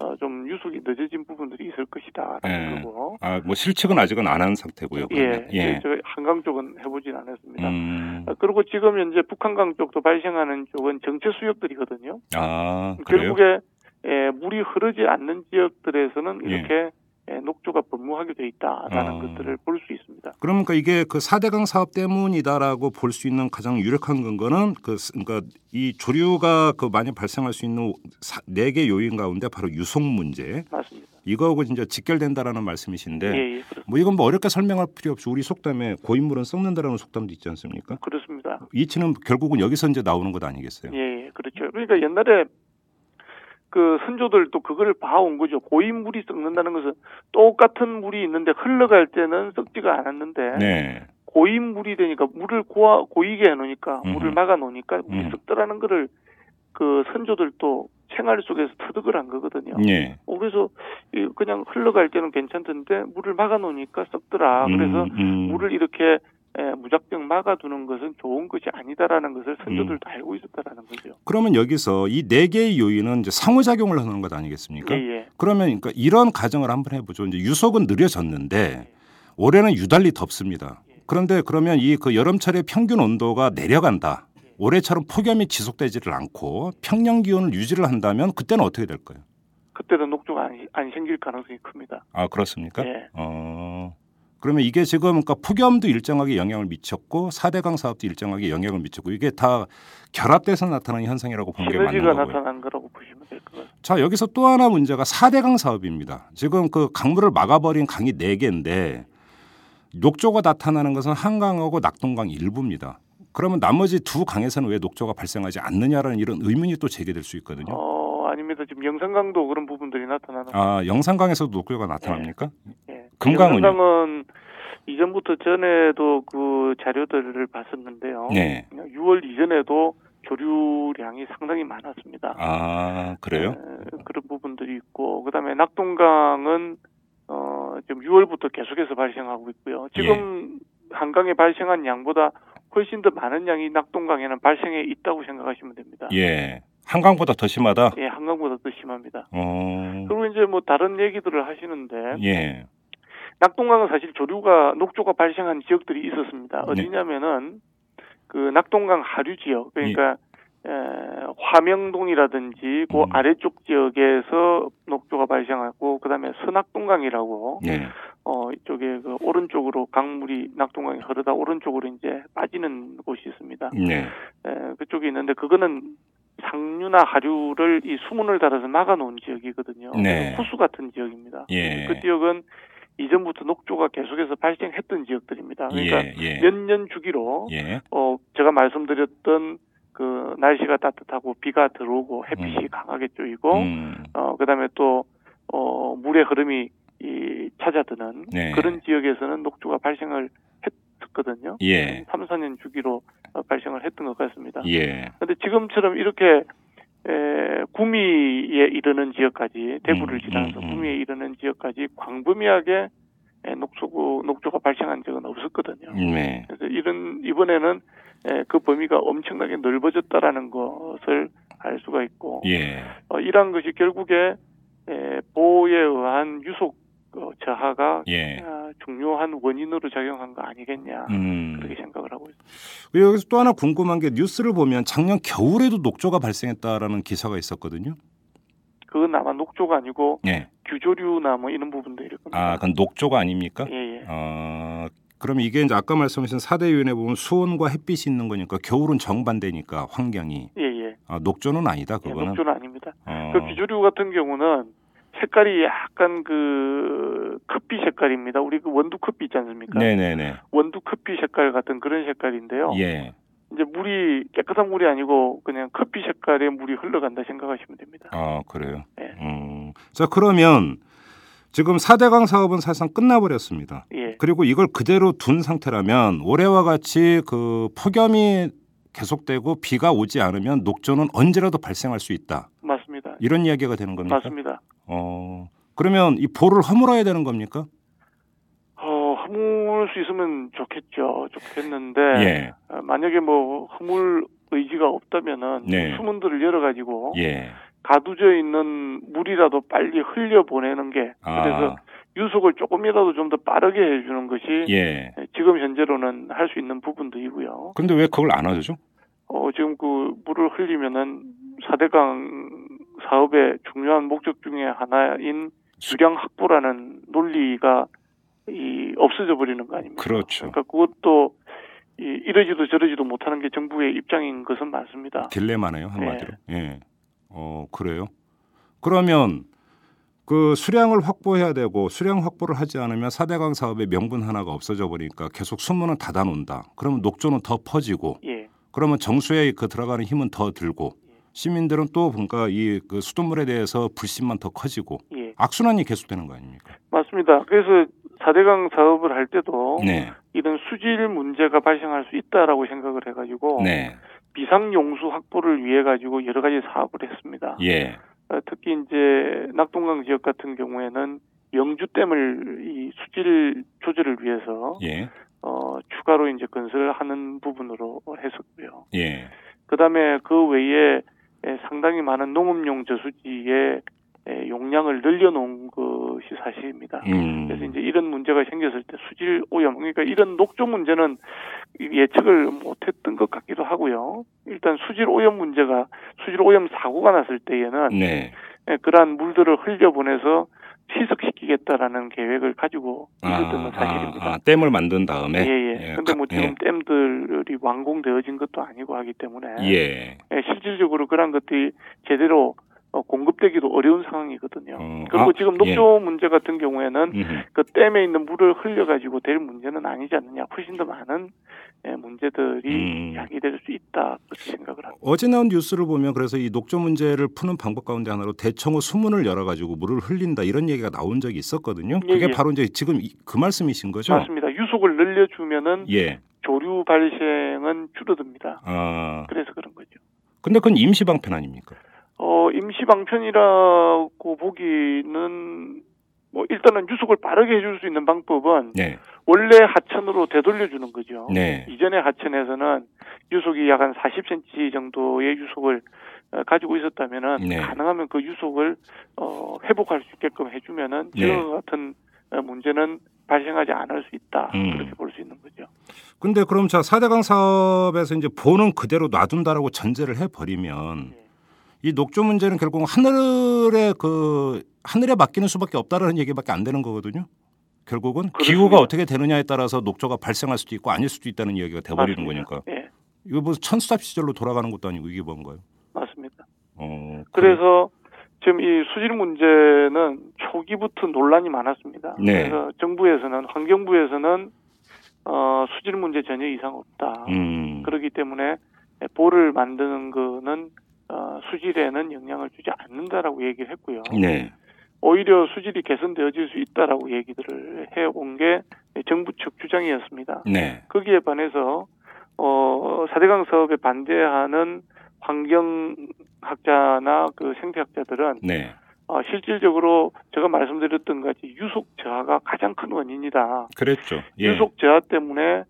S8: 어, 좀 유속이 늦어진 부분들이 있을 것이다라는
S2: 예.
S8: 거고.
S2: 아, 뭐 실측은 아직은 안 한 상태고요.
S8: 예,
S2: 그러면. 예.
S8: 제가 한강 쪽은 해보진 않았습니다.
S2: 음.
S8: 어, 그리고 지금 현재 북한강 쪽도 발생하는 쪽은 정체 수역들이거든요.
S2: 아, 그래요?
S8: 결국에 예, 물이 흐르지 않는 지역들에서는
S2: 예.
S8: 이렇게 예, 녹조가 범무하게 돼 있다라는
S2: 아.
S8: 것들을 볼 수 있습니다.
S2: 그러니까 이게 그 4대강 사업 때문이다라고 볼 수 있는 가장 유력한 근거는 그 스- 그러니까 이네 조류가 그 많이 발생할 수 있는 사- 네개 요인 가운데 바로 유속 문제,
S8: 맞습니다.
S2: 이거하고 진짜 직결된다라는 말씀이신데
S8: 예, 예, 그렇-
S2: 뭐 이건 뭐 어렵게 설명할 필요 없이 우리 속담에 고인물은 썩는다라는 속담도 있지 않습니까?
S8: 그렇습니다.
S2: 이치는 결국은 여기서 이제 나오는 것 아니겠어요?
S8: 예, 예, 그렇죠. 그러니까 옛날에 그 선조들도 그걸 봐온 거죠. 고인 물이 썩는다는 것은 똑같은 물이 있는데 흘러갈 때는 썩지가 않았는데
S2: 네.
S8: 고인 물이 되니까 물을 고아, 고이게 해놓으니까
S2: 음흠.
S8: 물을 막아놓으니까 물이
S2: 음.
S8: 썩더라는 거를 그 선조들도 생활 속에서 터득을 한 거거든요.
S2: 예.
S8: 어, 그래서 이 그냥 흘러갈 때는 괜찮던데 물을 막아놓으니까 썩더라. 그래서
S2: 음, 음.
S8: 물을 이렇게 에, 무작정 막아두는 것은 좋은 것이 아니다라는 것을
S2: 음.
S8: 선조들도 알고 있었다라는 거죠.
S2: 그러면 여기서 이 네 개의 요인은 이제 상호작용을 하는 것 아니겠습니까?
S8: 예, 예.
S2: 그러면 그러니까 이런 가정을 한번 해보죠. 이제 유속은 느려졌는데 올해는 유달리 덥습니다. 그런데 그러면 이 그 여름철의 평균 온도가 내려간다. 올해처럼 폭염이 지속되지를 않고 평년 기온을 유지를 한다면 그때는 어떻게 될까요?
S8: 그때도 녹조가 안, 안 생길 가능성이 큽니다.
S2: 아 그렇습니까?
S8: 예.
S2: 어 그러면 이게 지금 그러니까 폭염도 일정하게 영향을 미쳤고 사대강 사업도 일정하게 영향을 미쳤고 이게 다 결합돼서 나타나는 현상이라고 보는 게 맞는
S8: 시너지가
S2: 거고요.
S8: 나타난 거라고 보시면 될 것 같습니다.
S2: 자 여기서 또 하나 문제가 4대강 사업입니다. 지금 그 강물을 막아버린 강이 4개인데 녹조가 나타나는 것은 한강하고 낙동강 일부입니다. 그러면 나머지 두 강에서는 왜 녹조가 발생하지 않느냐라는 이런 의문이 또 제기될 수 있거든요.
S8: 어, 아닙니다. 지금 영산강도 그런 부분들이 나타나는
S2: 아 영산강에서도 녹조가 나타납니까?
S8: 예.
S2: 금강은요?
S8: 영산강은 이전부터 전에도 그 자료들을 봤었는데요.
S2: 네.
S8: 6월 이전에도 조류량이 상당히 많았습니다.
S2: 아 그래요?
S8: 에, 그런 부분들이 있고 그다음에 낙동강은 어 지금 6월부터 계속해서 발생하고 있고요. 지금
S2: 예.
S8: 한강에 발생한 양보다 훨씬 더 많은 양이 낙동강에는 발생해 있다고 생각하시면 됩니다.
S2: 예. 한강보다 더 심하다.
S8: 예, 한강보다 더 심합니다.
S2: 어.
S8: 그리고 이제 뭐 다른 얘기들을 하시는데
S2: 예.
S8: 낙동강은 사실 조류가 녹조가 발생한 지역들이 있었습니다.
S2: 네.
S8: 어디냐면은 그 낙동강 하류 지역 그러니까 에, 화명동이라든지 그
S2: 예. 음.
S8: 아래쪽 지역에서 녹조가 발생하고 그다음에 서낙동강이라고
S2: 예.
S8: 어 이쪽에 그 오른쪽으로 강물이 낙동강이 흐르다 오른쪽으로 이제 빠지는 곳이 있습니다.
S2: 네.
S8: 에, 그쪽에 있는데 그거는 상류나 하류를 이 수문을 달아서 막아놓은 지역이거든요.
S2: 네.
S8: 호수 같은 지역입니다.
S2: 예.
S8: 어, 그 지역은 이전부터 녹조가 계속해서 발생했던 지역들입니다. 그러니까
S2: 예. 예.
S8: 몇 년 주기로
S2: 예.
S8: 어 제가 말씀드렸던 그 날씨가 따뜻하고 비가 들어오고 햇빛이
S2: 음.
S8: 강하게 쬐이고
S2: 음.
S8: 어 그다음에 또어 물의 흐름이 이 찾아드는
S2: 네.
S8: 그런 지역에서는 녹조가 발생을 했거든요.
S2: 예.
S8: 3, 4년 주기로 어, 발생을 했던 것 같습니다.
S2: 예.
S8: 근데 지금처럼 이렇게 에, 구미에 이르는 지역까지 대구를
S2: 음,
S8: 지나서
S2: 음, 음.
S8: 구미에 이르는 지역까지 광범위하게 에, 녹조 녹조가 발생한 적은 없었거든요.
S2: 네.
S8: 그래서 이런 이번에는 에, 그 범위가 엄청나게 넓어졌다라는 것을 알 수가 있고
S2: 예.
S8: 어, 이러한 것이 결국에 에, 보호에 의한 유속 어, 저하가
S2: 예.
S8: 아, 중요한 원인으로 작용한 거 아니겠냐
S2: 음.
S8: 그렇게 생각을 하고 있습니다.
S2: 그리고 여기서 또 하나 궁금한 게 뉴스를 보면 작년 겨울에도 녹조가 발생했다라는 기사가 있었거든요.
S8: 그건 아마 녹조가 아니고
S2: 예.
S8: 규조류나 뭐 이런 부분들일 겁니다.
S2: 아, 그건 녹조가 아닙니까?
S8: 예, 예.
S2: 어, 그럼 이게 이제 아까 말씀하신 사대 요인에 보면 수온과 햇빛이 있는 거니까 겨울은 정반대니까 환경이
S8: 예, 예.
S2: 아, 녹조는 아니다
S8: 예,
S2: 그거는.
S8: 녹조는 아닙니다.
S2: 어,
S8: 그 규조류 같은 경우는 색깔이 약간 그 커피 색깔입니다. 우리 그 원두 커피 있지 않습니까?
S2: 네네네.
S8: 원두 커피 색깔 같은 그런 색깔인데요.
S2: 예.
S8: 이제 물이 깨끗한 물이 아니고 그냥 커피 색깔의 물이 흘러간다 생각하시면 됩니다.
S2: 아 그래요.
S8: 예.
S2: 음. 자 그러면 지금 사대강 사업은 사실상 끝나버렸습니다.
S8: 예.
S2: 그리고 이걸 그대로 둔 상태라면 올해와 같이 그 폭염이 계속되고 비가 오지 않으면 녹조는 언제라도 발생할 수 있다.
S8: 맞습니다.
S2: 이런 이야기가 되는 겁니까?
S8: 맞습니다.
S2: 어, 그러면 이 볼을 허물어야 되는 겁니까?
S8: 어, 허물 수 있으면 좋겠죠. 좋겠는데
S2: 예.
S8: 어, 만약에 뭐 허물 의지가 없다면은
S2: 네.
S8: 수문들을 열어 가지고
S2: 예.
S8: 가두져 있는 물이라도 빨리 흘려 보내는 게 그래서
S2: 아,
S8: 유속을 조금이라도 좀 더 빠르게 해주는 것이
S2: 예.
S8: 지금 현재로는 할 수 있는 부분들이고요.
S2: 근데 왜 그걸 안 하죠?
S8: 어, 지금 그 물을 흘리면은 4대강 사업의 중요한 목적 중에 하나인 수량 확보라는 논리가 이 없어져 버리는 거 아닙니까?
S2: 그렇죠.
S8: 그러니까 그것도 이 이러지도 저러지도 못하는 게 정부의 입장인 것은 맞습니다. 네.
S2: 딜레마네요, 한마디로. 예. 어, 그래요. 그러면 그 수량을 확보해야 되고 수량 확보를 하지 않으면 사대강 사업의 명분 하나가 없어져 버리니까 계속 수문은 닫아 놓는다. 그러면 녹조는 더 퍼지고
S8: 예.
S2: 그러면 정수에 그 들어가는 힘은 더 들고 시민들은 또 뭔가 이 그 수돗물에 대해서 불신만 더 커지고
S8: 예.
S2: 악순환이 계속되는 거 아닙니까?
S8: 맞습니다. 그래서 4대강 사업을 할 때도
S2: 네.
S8: 이런 수질 문제가 발생할 수 있다라고 생각을 해가지고
S2: 네.
S8: 비상용수 확보를 위해 가지고 여러 가지 사업을 했습니다.
S2: 예.
S8: 어, 특히 이제 낙동강 지역 같은 경우에는 영주댐을 이 수질 조절을 위해서
S2: 예.
S8: 어, 추가로 이제 건설을 하는 부분으로 했었고요.
S2: 예.
S8: 그다음에 그 외에 에, 상당히 많은 농업용 저수지의 에, 용량을 늘려놓은 것이 사실입니다.
S2: 음.
S8: 그래서 이제 이런 문제가 생겼을 때 수질 오염, 그러니까 이런 녹조 문제는 예측을 못했던 것 같기도 하고요. 일단 수질 오염 문제가 수질 오염 사고가 났을 때에는
S2: 네.
S8: 예, 그러한 물들을 흘려보내서 희석시키겠다라는 계획을 가지고 있었던 건 사실입니다.
S2: 아, 댐을 만든 다음에
S8: 예, 예. 근데 뭐
S2: 가- 예.
S8: 지금 댐들이 완공되어진 것도 아니고 하기 때문에
S2: 예.
S8: 예, 실질적으로 그런 것들이 제대로 어, 공급되기도 어려운 상황이거든요.
S2: 어,
S8: 그리고
S2: 아,
S8: 지금 녹조 문제 같은 경우에는
S2: 음.
S8: 그 댐에 있는 물을 흘려가지고 될 문제는 아니지 않느냐. 훨씬 더 많은 예, 문제들이
S2: 음.
S8: 야기될 수 있다. 그렇게 생각을 합니다.
S2: 어제 나온 뉴스를 보면 그래서 이 녹조 문제를 푸는 방법 가운데 하나로 대청호 수문을 열어 가지고 물을 흘린다 이런 얘기가 나온 적이 있었거든요.
S8: 예,
S2: 그게
S8: 예.
S2: 바로 이제 지금 이- 그 말씀이신 거죠?
S8: 맞습니다. 유속을 늘려주면은
S2: 예.
S8: 조류 발생은 줄어듭니다.
S2: 아.
S8: 그래서 그런 거죠.
S2: 근데 그건 임시 방편 아닙니까?
S8: 어, 임시방편이라고 보기는 뭐 일단은 유속을 빠르게 해줄 수 있는 방법은
S2: 네.
S8: 원래 하천으로 되돌려주는 거죠.
S2: 네.
S8: 이전의 하천에서는 유속이 약 한 40cm 정도의 유속을 어, 가지고 있었다면은
S2: 네.
S8: 가능하면 그 유속을 어, 회복할 수 있게끔 해주면은
S2: 네.
S8: 지금과 같은 어, 문제는 발생하지 않을 수 있다
S2: 음.
S8: 그렇게 볼 수 있는 거죠.
S2: 근데 그럼 자 사대강 사업에서 이제 보는 그대로 놔둔다라고 전제를 해 버리면 이 녹조 문제는 결국 하늘에 그 하늘에 맡기는 수밖에 없다라는 얘기밖에 안 되는 거거든요. 결국은
S8: 그렇습니다.
S2: 기후가 어떻게 되느냐에 따라서 녹조가 발생할 수도 있고 아닐 수도 있다는 이야기가 돼버리는
S8: 맞습니다.
S2: 거니까
S8: 예,
S2: 이거 무슨 천수탑 시절로 돌아가는 것도 아니고 이게 뭔가요?
S8: 맞습니다.
S2: 어, 그래.
S8: 그래서 지금 이 수질 문제는 초기부터 논란이 많았습니다.
S2: 네.
S8: 그래서 정부에서는 환경부에서는 어, 수질 문제 전혀 이상 없다.
S2: 음,
S8: 그렇기 때문에 볼을 만드는 거는 어, 수질에는 영향을 주지 않는다라고 얘기를 했고요.
S2: 네,
S8: 오히려 수질이 개선되어질 수 있다라고 얘기들을 해온 게 정부 측 주장이었습니다.
S2: 네,
S8: 거기에 반해서 어, 4대강 사업에 반대하는 환경학자나 그 생태학자들은
S2: 네.
S8: 어, 실질적으로 제가 말씀드렸던 것 같이 유속 저하가 가장 큰 원인이다.
S2: 그랬죠. 예,
S8: 유속 저하 때문에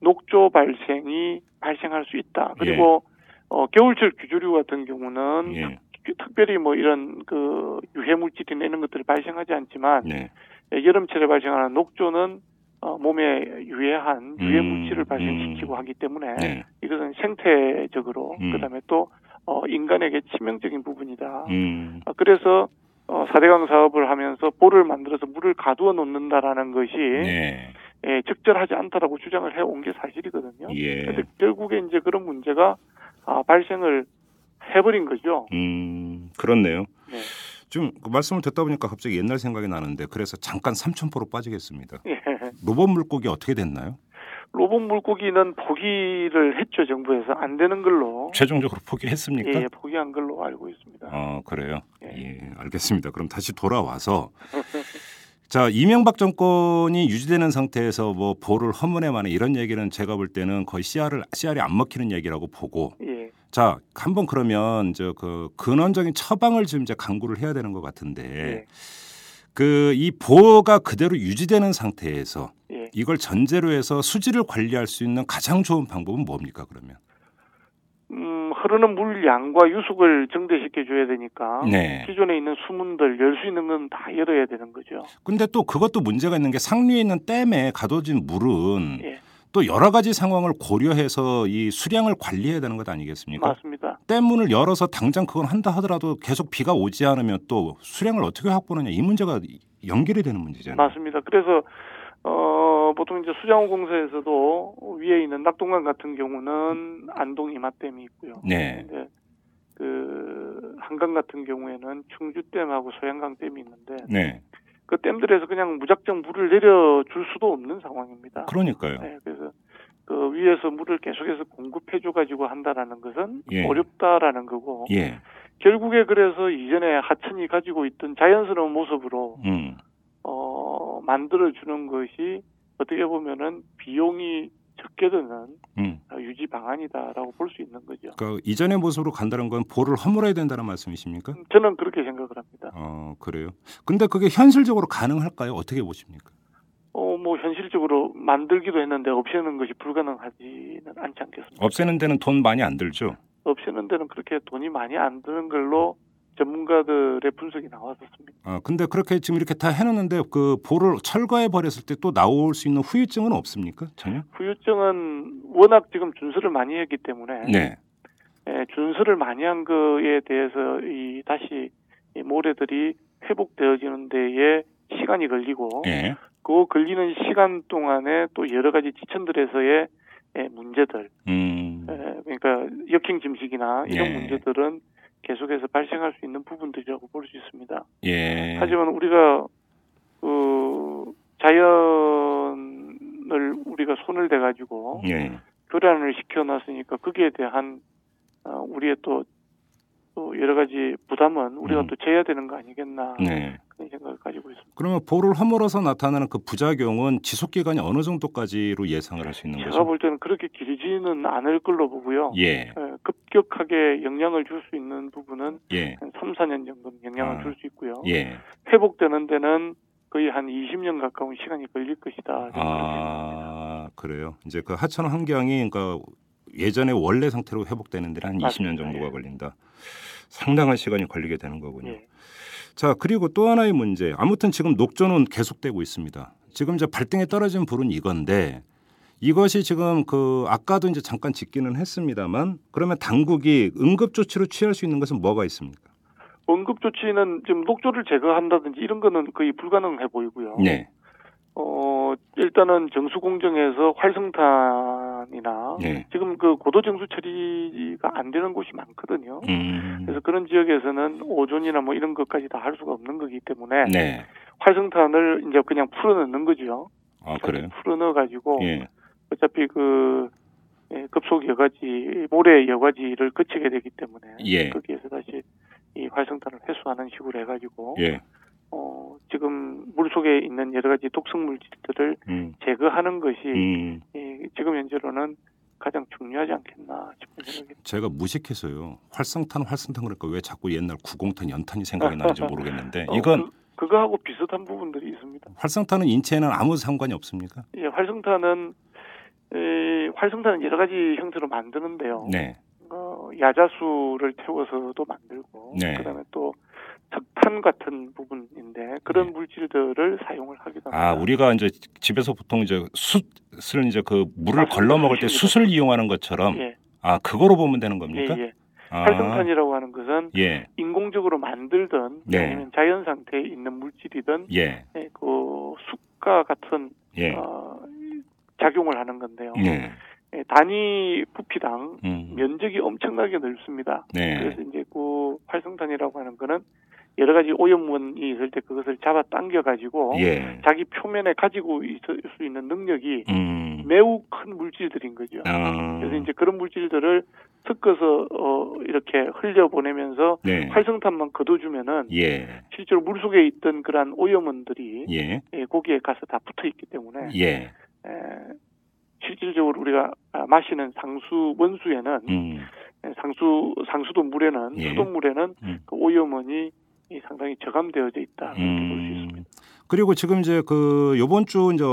S8: 녹조 발생이 발생할 수 있다. 그리고 어, 겨울철 규조류 같은 경우는
S2: 예,
S8: 특- 특별히 뭐 이런 그 유해 물질이나 이런 것들이 발생하지 않지만
S2: 네,
S8: 예, 여름철에 발생하는 녹조는 어, 몸에 유해한 유해
S2: 음,
S8: 물질을 발생시키고
S2: 음.
S8: 하기 때문에
S2: 네.
S8: 이것은 생태적으로
S2: 음.
S8: 그다음에 또 어, 인간에게 치명적인 부분이다.
S2: 음,
S8: 아, 그래서 어, 4대강 사업을 하면서 볼을 만들어서 물을 가두어 놓는다라는 것이
S2: 네,
S8: 예, 적절하지 않다라고 주장을 해온 게 사실이거든요.
S2: 예,
S8: 근데 결국에 이제 그런 문제가 아, 발생을 해버린 거죠.
S2: 음, 그렇네요.
S8: 네.
S2: 좀그 말씀을 듣다 보니까 갑자기 옛날 생각이 나는데 그래서 잠깐 삼천포로 빠지겠습니다.
S8: 예.
S2: 로봇 물고기 어떻게 됐나요?
S8: 로봇 물고기는 포기를 했죠 정부에서 안 되는 걸로
S2: 최종적으로 포기했습니까?
S8: 예, 예, 포기한 걸로 알고 있습니다.
S2: 어, 그래요.
S8: 예.
S2: 예, 알겠습니다. 그럼 다시 돌아와서 자 이명박 정권이 유지되는 상태에서 뭐 보를 허문에만해 이런 얘기는 제가 볼 때는 거의 씨알을 씨알이 안 먹히는 얘기라고 보고
S8: 예,
S2: 자 한번 그러면 저 그 근원적인 처방을 지금 이제 강구를 해야 되는 것
S8: 예,
S2: 같은데 그 이 보가 그대로 유지되는 상태에서
S8: 예.
S2: 이걸 전제로 해서 수질을 관리할 수 있는 가장 좋은 방법은 뭡니까 그러면?
S8: 음, 흐르는 물 양과 유속을 정대시켜 줘야 되니까
S2: 네.
S8: 기존에 있는 수문들 열 수 있는 건 다 열어야 되는 거죠.
S2: 근데 또 그것도 문제가 있는 게 상류에 있는 댐에 가둬진 물은
S8: 예.
S2: 또 여러 가지 상황을 고려해서 이 수량을 관리해야 되는 것 아니겠습니까?
S8: 맞습니다.
S2: 댐 문을 열어서 당장 그건 한다 하더라도 계속 비가 오지 않으면 또 수량을 어떻게 확보하느냐 이 문제가 연결이 되는 문제잖아요.
S8: 맞습니다. 그래서 어, 보통 이제 수자원 공사에서도 위에 있는 낙동강 같은 경우는 안동 이마댐이 있고요.
S2: 네.
S8: 이제 그 한강 같은 경우에는 충주댐하고 소양강댐이 있는데
S2: 네.
S8: 그 댐들에서 그냥 무작정 물을 내려줄 수도 없는 상황입니다.
S2: 그러니까요.
S8: 네, 그래서 그 위에서 물을 계속해서 공급해줘 가지고 한다라는 것은
S2: 예.
S8: 어렵다라는 거고
S2: 예.
S8: 결국에 그래서 이전에 하천이 가지고 있던 자연스러운 모습으로
S2: 음.
S8: 어, 만들어주는 것이 어떻게 보면은 비용이 적게 드는
S2: 음.
S8: 어, 유지 방안이다라고 볼 수 있는 거죠.
S2: 그러니까 이전의 모습으로 간다는 건 볼을 허물어야 된다는 말씀이십니까?
S8: 저는 그렇게 생각을 합니다.
S2: 어, 그래요. 근데 그게 현실적으로 가능할까요? 어떻게 보십니까?
S8: 어, 뭐 현실적으로 만들기도 했는데 없애는 것이 불가능하지는 않지 않겠습니까?
S2: 없애는 데는 돈 많이 안 들죠.
S8: 없애는 데는 그렇게 돈이 많이 안 드는 걸로 전문가들의 분석이 나왔었습니다.
S2: 아, 근데 그렇게 지금 이렇게 다 해놓는데 그 볼을 철거해 버렸을 때 또 나올 수 있는 후유증은 없습니까? 전혀?
S8: 후유증은 워낙 지금 준수를 많이 했기 때문에
S2: 네.
S8: 예, 준수를 많이 한 거에 대해서 이 다시 이 모래들이 회복되어지는 데에 시간이 걸리고
S2: 예.
S8: 그 걸리는 시간 동안에 또 여러 가지 지천들에서의 예, 문제들
S2: 음.
S8: 예, 그러니까 역행 짐식이나 이런
S2: 네.
S8: 문제들은 계속해서 발생할 수 있는 부분들이라고 볼 수 있습니다.
S2: 예.
S8: 하지만 우리가 그 자연을 우리가 손을 대 가지고
S2: 예.
S8: 교란을 시켜놨으니까 거기에 대한 어, 우리의 또, 또 여러 가지 부담은 우리가
S2: 음.
S8: 또 져야 되는 거 아니겠나
S2: 네.
S8: 그런 생각을 가지고 있습니다.
S2: 그러면 볼을 허물어서 나타나는 그 부작용은 지속 기간이 어느 정도까지로 예상을 할 수 있는
S8: 제가
S2: 거죠?
S8: 볼 때는 그렇게 길지는 않을 걸로 보고요.
S2: 네, 예.
S8: 예, 급격하게 영향을 줄 수 있는 부분은
S2: 예.
S8: 한 3, 4년 정도 영향을
S2: 아,
S8: 줄 수 있고요.
S2: 예.
S8: 회복되는 데는 거의 한 20년 가까운 시간이 걸릴 것이다. 저는
S2: 아, 그래요. 이제 그 하천 환경이 그러니까 예전에 원래 상태로 회복되는 데는 한
S8: 맞습니다.
S2: 20년 정도가
S8: 예.
S2: 걸린다. 상당한 시간이 걸리게 되는
S8: 그렇게
S2: 거군요.
S8: 생각합니다.
S2: 자, 그리고 또 하나의 문제. 아무튼 지금 녹조는 계속되고 있습니다. 지금 이제 발등에 떨어진 불은 이건데 이것이 지금 그 아까도 이제 잠깐 짚기는 했습니다만 그러면 당국이 응급 조치로 취할 수 있는 것은 뭐가 있습니까?
S8: 예. 응급 조치는 지금 녹조를 제거한다든지 이런 거는 거의 불가능해 보이고요.
S2: 네.
S8: 어, 일단은 정수공정에서 활성탄이나
S2: 네.
S8: 지금 그 고도 정수 처리가 안 되는 곳이 많거든요.
S2: 음.
S8: 그래서 그런 지역에서는 오존이나 뭐 이런 것까지 다 할 수가 없는 거기 때문에
S2: 네.
S8: 활성탄을 이제 그냥 풀어넣는 거죠.
S2: 아, 그래요.
S8: 풀어넣어 가지고
S2: 예.
S8: 어차피 그 예, 급속 여과지 모래 여과지를 거치게 되기 때문에
S2: 예.
S8: 거기에서 다시 이 활성탄을 회수하는 식으로 해가지고
S2: 예.
S8: 어, 지금 물 속에 있는 여러 가지 독성 물질들을
S2: 음.
S8: 제거하는 것이
S2: 음.
S8: 이 지금 현재로는 가장 중요하지 않겠나 싶은 생각이
S2: 제가 무식해서요. 활성탄 활성탄 그러니까 왜 자꾸 옛날 구공탄 연탄이 생각이 나는지 모르겠는데
S8: 어,
S2: 네, 이건
S8: 그, 거하고 비슷한 부분들이 있습니다.
S2: 활성탄은 인체에는 아무 상관이 없습니까?
S8: 예, 활성탄은 이 활성탄은 여러 가지 형태로 만드는데요.
S2: 네.
S8: 어, 야자수를 태워서도 만들고
S2: 네.
S8: 그다음에 또 석탄 같은 부분인데 그런
S2: 네.
S8: 물질들을 사용을 하기도 합니다.
S2: 아 우리가 이제 집에서 보통 이제 숯을 이제 그 물을
S8: 맞습니다.
S2: 걸러 먹을 때
S8: 맞습니다.
S2: 숯을 이용하는 것처럼
S8: 아, 예,
S2: 아 그거로 보면 되는
S8: 예,
S2: 겁니까?
S8: 예.
S2: 아,
S8: 활성탄이라고 하는 것은
S2: 예.
S8: 인공적으로 만들든
S2: 네.
S8: 아니면 자연 상태에 있는 물질이든
S2: 예.
S8: 예, 그 숙과 같은
S2: 예.
S8: 어, 이- 작용을 하는 건데요.
S2: 예.
S8: 예, 단위 부피당
S2: 음.
S8: 면적이 엄청나게 넓습니다.
S2: 네.
S8: 그래서 이제 그 활성탄이라고 하는 거는 여러 가지 오염물이 있을 때 그것을 잡아 당겨 가지고
S2: 예.
S8: 자기 표면에 가지고 있을 수 있는 능력이
S2: 음.
S8: 매우 큰 물질들인 거죠.
S2: 아.
S8: 그래서 이제 그런 물질들을 섞어서 어, 이렇게 흘려 보내면서
S2: 네.
S8: 활성탄만 거둬주면은
S2: 예.
S8: 실제로 물 속에 있던 그러한 오염원들이
S2: 예.
S8: 예, 네. 거기에 가서 다 붙어 있기 때문에
S2: 예.
S8: 에, 실질적으로 우리가 아, 마시는 상수 원수에는
S2: 음.
S8: 에, 상수 상수도 물에는
S2: 예.
S8: 수돗물에는
S2: 음.
S8: 그 오염원이 이 상당히 저감되어져 있다 이렇게 볼 수
S2: 음.
S8: 있습니다.
S2: 그리고 지금 이제 그 요번 주 이제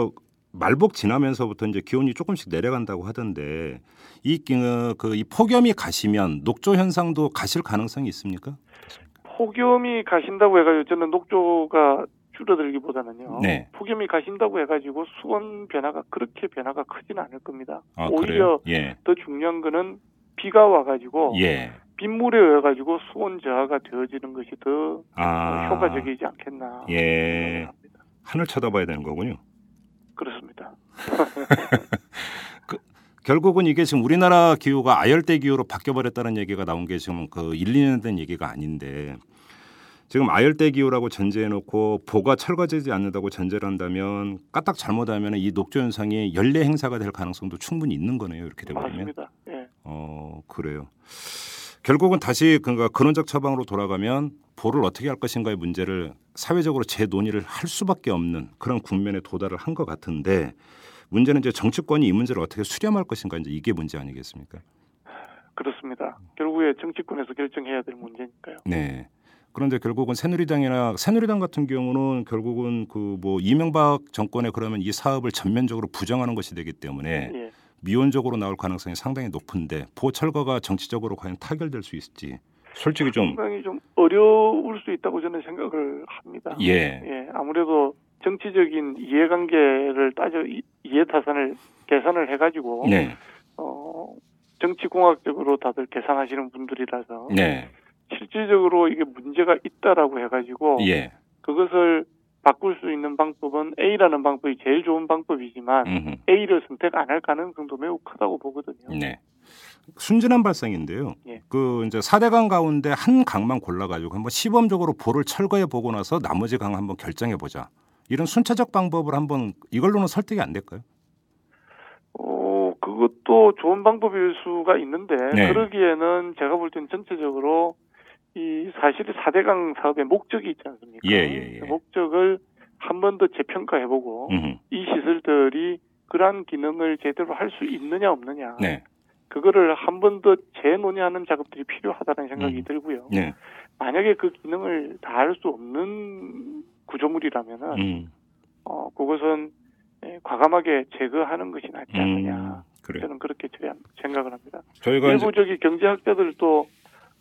S2: 말복 지나면서부터 이제 기온이 조금씩 내려간다고 하던데 이 어, 그이 폭염이 가시면 녹조 현상도 가실 가능성이 있습니까?
S8: 폭염이 가신다고 해가지고 저는 녹조가 줄어들기보다는요.
S2: 네.
S8: 폭염이 가신다고 해가지고 수온 변화가 그렇게 변화가 크진 않을 겁니다.
S2: 아, 그래요?
S8: 오히려
S2: 예.
S8: 더 중요한 거는 비가 와가지고
S2: 예.
S8: 빗물에 의해가지고 수온 저하가 되어지는 것이 더
S2: 아.
S8: 효과적이지 않겠나
S2: 예.
S8: 생각을 합니다.
S2: 하늘 쳐다봐야 되는 거군요.
S8: 그렇습니다.
S2: 결국은 이게 지금 우리나라 기후가 아열대 기후로 바뀌어버렸다는 얘기가 나온 게 지금 그 1, 2년 된 얘기가 아닌데 지금 아열대 기후라고 전제해놓고 보가 철거되지 않는다고 전제를 한다면 까딱 잘못하면 이 녹조 현상이 연례 행사가 될 가능성도 충분히 있는 거네요. 이렇게 되면
S8: 맞습니다. 예.
S2: 어 그래요. 결국은 다시 그러니까 근원적 처방으로 돌아가면 보를 어떻게 할 것인가의 문제를 사회적으로 재논의를 할 수밖에 없는 그런 국면에 도달을 한 것 같은데 문제는 이제 정치권이 이 문제를 어떻게 수렴할 것인가 이제 이게 문제 아니겠습니까?
S8: 그렇습니다. 결국에 정치권에서 결정해야 될 문제니까요.
S2: 네. 그런데 결국은 새누리당이나 새누리당 같은 경우는 결국은 그 뭐 이명박 정권에 그러면 이 사업을 전면적으로 부정하는 것이 되기 때문에
S8: 예.
S2: 미온적으로 나올 가능성이 상당히 높은데 보철거가 정치적으로 과연 타결될 수 있을지 솔직히 좀
S8: 상당히 좀 어려울 수 있다고 저는 생각을 합니다.
S2: 예.
S8: 예, 아무래도 정치적인 이해관계를 따져 이- 이해타산을 계산을 해가지고
S2: 네.
S8: 어, 정치공학적으로 다들 계산하시는 분들이라서
S2: 네.
S8: 실질적으로 이게 문제가 있다라고 해가지고
S2: 예.
S8: 그것을 바꿀 수 있는 방법은 A라는 방법이 제일 좋은 방법이지만
S2: 음흠.
S8: A를 선택 안 할 가능성도 매우 크다고 보거든요.
S2: 네. 순진한 발상인데요.
S8: 예.
S2: 그 이제 4대강 가운데 한 강만 골라가지고 한번 시범적으로 보를 철거해 보고 나서 나머지 강 한번 결정해 보자. 이런 순차적 방법을 한번 이걸로는 설득이 안 될까요?
S8: 어, 그것도 좋은 방법일 수가 있는데
S2: 네.
S8: 그러기에는 제가 볼 때는 전체적으로 이 사실 4대강 사업의 목적이 있지 않습니까?
S2: 예, 예, 예.
S8: 그 목적을 한 번 더 재평가해보고
S2: 음.
S8: 이 시설들이 그러한 기능을 제대로 할 수 있느냐 없느냐
S2: 네.
S8: 그거를 한 번 더 재논의하는 작업들이 필요하다는 생각이
S2: 음.
S8: 들고요.
S2: 네.
S8: 만약에 그 기능을 다 할 수 없는 구조물이라면은
S2: 음.
S8: 어, 그것은 예, 과감하게 제거하는 것이 낫지
S2: 음.
S8: 않느냐.
S2: 그래.
S8: 저는 그렇게 제안- 생각을 합니다.
S2: 저희가 이제
S8: 일부 저기 경제학자들도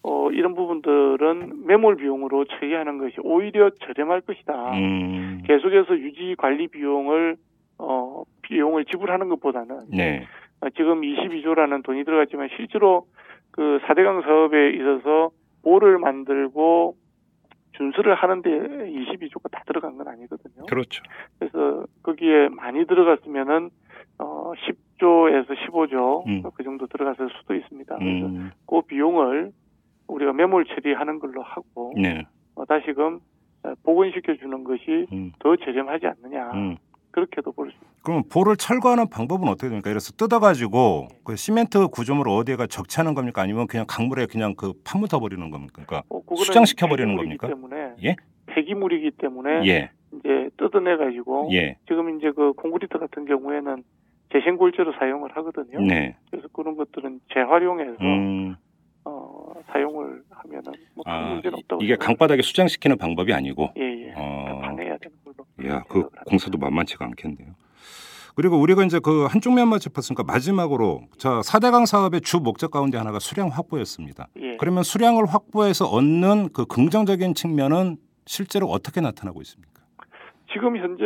S8: 어, 이런 부분들은 매몰 비용으로 처리하는 것이 오히려 저렴할 것이다.
S2: 음.
S8: 계속해서 유지 관리 비용을 어, 비용을 지불하는 것보다는
S2: 네.
S8: 어, 지금 22조라는 돈이 들어갔지만 실제로 그 4대강 사업에 있어서 보를 만들고 준수를 하는데 22조가 다 들어간 건 아니거든요.
S2: 그렇죠.
S8: 그래서 거기에 많이 들어갔으면은 어 10조에서 15조
S2: 음.
S8: 그 정도 들어갔을 수도 있습니다. 그래서
S2: 음.
S8: 그 비용을 우리가 매몰 처리하는 걸로 하고
S2: 네.
S8: 어, 다시금 어, 복원시켜 주는 것이
S2: 음.
S8: 더 저렴하지 않느냐
S2: 음.
S8: 그렇게도 볼 수.
S2: 그럼 보를 철거하는 방법은 어떻게 됩니까? 이래서 뜯어가지고
S8: 네.
S2: 그 시멘트 구조물 어디에가 적치하는 겁니까? 아니면 그냥 강물에 그냥 그 파묻어 버리는 겁니까? 그러니까
S8: 어, 그거는
S2: 수장시켜 버리는
S8: 폐기물이기
S2: 겁니까?
S8: 때문에
S2: 예?
S8: 폐기물이기 때문에
S2: 예.
S8: 이제 네. 뜯어내 가지고
S2: 예.
S8: 지금 이제 그 콘크리트 같은 경우에는 재생골재로 사용을 하거든요.
S2: 네.
S8: 그래서 그런 것들은 재활용해서
S2: 음.
S8: 어, 사용을 하면은 뭐큰
S2: 아,
S8: 어, 문제는 없다고
S2: 이게
S8: 생각합니다.
S2: 강바닥에 수장시키는 방법이 아니고
S8: 예예
S2: 어.
S8: 반해야 되는 걸로
S2: 야,
S8: 생각을
S2: 그
S8: 합니다.
S2: 공사도 만만치가 않겠네요. 그리고 우리가 이제 그 한쪽 면만 짚었으니까 마지막으로 자, 4대강 사업의 주 목적 가운데 하나가 수량 확보였습니다.
S8: 예.
S2: 그러면 수량을 확보해서 얻는 그 긍정적인 측면은 실제로 어떻게 나타나고 있습니까?
S8: 지금 현재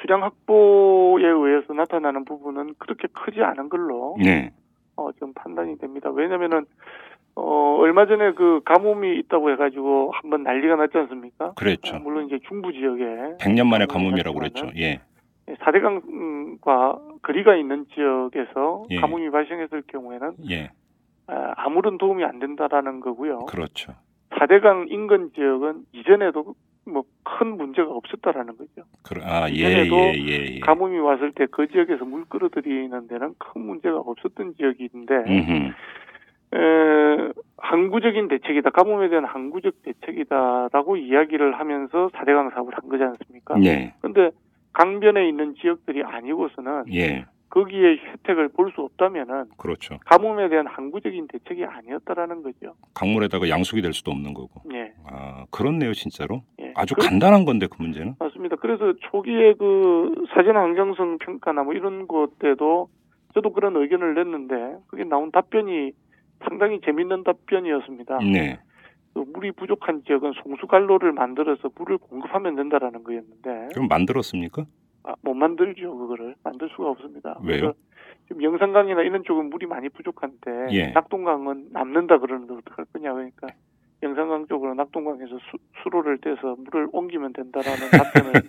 S8: 수량 확보에 의해서 나타나는 부분은 그렇게 크지 않은 걸로
S2: 네.
S8: 어, 지금 판단이 됩니다 왜냐면은 어, 얼마 전에 그 가뭄이 있다고 해가지고 한번 난리가 났지 않습니까 아,
S2: 그렇죠. 네.
S8: 물론 이제 중부 지역에
S2: 100년 만에 가뭄이라고 그랬죠. 예.
S8: 4대강과 거리가 있는 지역에서
S2: 예.
S8: 가뭄이 발생했을 경우에는
S2: 예.
S8: 아, 아무런 도움이 안 된다라는 거고요.
S2: 그렇죠.
S8: 4대강 인근 지역은 이전에도 뭐 큰 문제가 없었다라는 거죠.
S2: 그러, 아, 예, 예,
S8: 이전에도
S2: 예, 예.
S8: 가뭄이 왔을 때 그 지역에서 물 끌어들이는 데는 큰 문제가 없었던 지역인데
S2: 음흠.
S8: 에, 항구적인 대책이다. 가뭄에 대한 항구적 대책이다라고 이야기를 하면서 4대강 사업을 한 거지 않습니까?
S2: 예.
S8: 그런데 강변에 있는 지역들이 아니고서는
S2: 예.
S8: 거기에 혜택을 볼 수 없다면은
S2: 그렇죠.
S8: 가뭄에 대한 항구적인 대책이 아니었다라는 거죠.
S2: 강물에다가 양숙이 될 수도 없는 거고.
S8: 예.
S2: 아, 그렇네요, 진짜로.
S8: 예.
S2: 아주
S8: 그-
S2: 간단한 건데 그 문제는.
S8: 맞습니다. 그래서 초기에 그 사진 환경성 평가나 뭐 이런 것 때도 저도 그런 의견을 냈는데 그게 나온 답변이 상당히 재밌는 답변이었습니다.
S2: 네.
S8: 그 물이 부족한 지역은 송수관로를 만들어서 물을 공급하면 된다라는 거였는데
S2: 그럼 만들었습니까?
S8: 아, 못 만들죠 그거를 만들 수가 없습니다.
S2: 왜요?
S8: 그래서 지금 영산강이나 이런 쪽은 물이 많이 부족한데
S2: 예.
S8: 낙동강은 남는다 그러는데 어떡할 거냐 그러니까 영산강 쪽으로 낙동강에서 수, 수로를 떼서 물을 옮기면 된다라는 답변을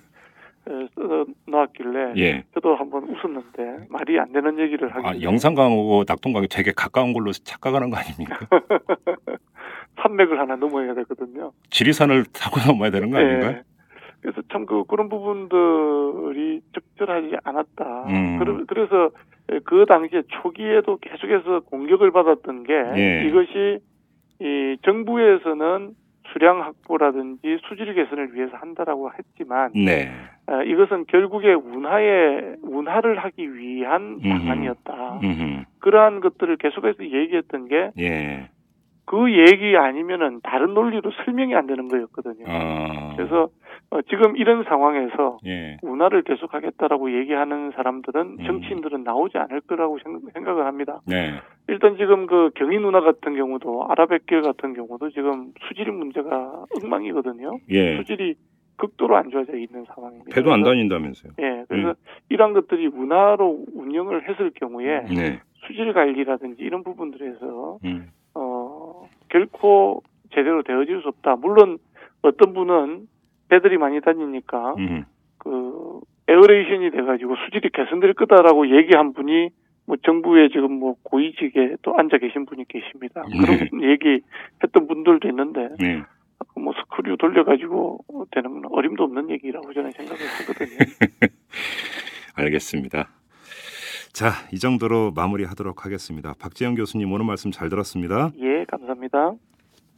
S8: 에, 써서 놓았길래
S2: 예.
S8: 저도 한번 웃었는데 말이 안 되는 얘기를 하길래
S2: 아, 영산강하고 낙동강이 되게 가까운 걸로 착각하는 거 아닙니까?
S8: 산맥을 하나 넘어야 되거든요.
S2: 지리산을 타고 넘어야 되는 거 아닌가요?
S8: 예. 그래서 참 그 그런 부분들이 적절하지 않았다.
S2: 음.
S8: 그러- 그래서 그 당시에 초기에도 계속해서 공격을 받았던 게
S2: 예.
S8: 이것이 이 정부에서는 수량 확보라든지 수질 개선을 위해서 한다라고 했지만
S2: 네.
S8: 아, 이것은 결국에 운하에 운하를 하기 위한
S2: 음흠.
S8: 방안이었다.
S2: 음흠.
S8: 그러한 것들을 계속해서 얘기했던 게 그
S2: 예.
S8: 얘기 아니면은 다른 논리로 설명이 안 되는 거였거든요.
S2: 아.
S8: 그래서 어, 지금 이런 상황에서
S2: 예.
S8: 운하를 계속하겠다라고 얘기하는 사람들은
S2: 음.
S8: 정치인들은 나오지 않을 거라고 생- 생각을 합니다.
S2: 네.
S8: 일단 지금 그 경인 운하 같은 경우도 아라뱃길 같은 경우도 지금 수질 문제가 엉망이거든요.
S2: 예.
S8: 수질이 극도로 안 좋아져 있는 상황입니다.
S2: 배도 안 음.
S8: 그래서
S2: 다닌다면서요.
S8: 예, 그래서 이러한 것들이 운하로 운영을 했을 경우에
S2: 네.
S8: 수질 관리라든지 이런 부분들에서
S2: 음.
S8: 어 결코 제대로 되어질 수 없다. 물론 어떤 분은 배들이 많이 다니니까
S2: 음.
S8: 그 에어레이션이 돼가지고 수질이 개선될 거다라고 얘기한 분이 뭐 정부에 지금 뭐 고위직에 또 앉아 계신 분이 계십니다. 그런 얘기 했던 분들도 있는데
S2: 네.
S8: 뭐 스크류 돌려가지고 되는 건 어림도 없는 얘기라고 저는 생각을 하거든요.
S2: 알겠습니다. 자, 이 정도로 마무리하도록 하겠습니다. 박재영 교수님 오늘 말씀 잘 들었습니다.
S8: 예, 감사합니다.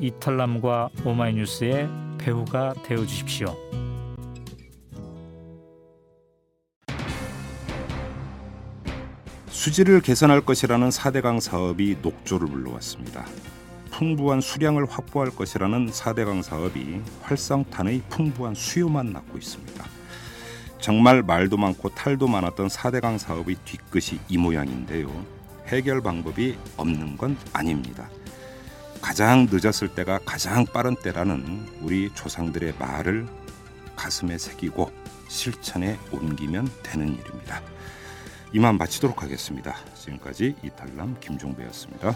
S9: 이탈남과 오마이뉴스의 배우가 되어 주십시오.
S2: 수질을 개선할 것이라는 4대강 사업이 녹조를 불러왔습니다. 풍부한 수량을 확보할 것이라는 4대강 사업이 활성탄의 풍부한 수요만 낳고 있습니다. 정말 말도 많고 탈도 많았던 4대강 사업의 뒤끝이 이 모양인데요. 해결 방법이 없는 건 아닙니다. 가장 늦었을 때가 가장 빠른 때라는 우리 조상들의 말을 가슴에 새기고 실천에 옮기면 되는 일입니다. 이만 마치도록 하겠습니다. 지금까지 이탈남 김종배였습니다.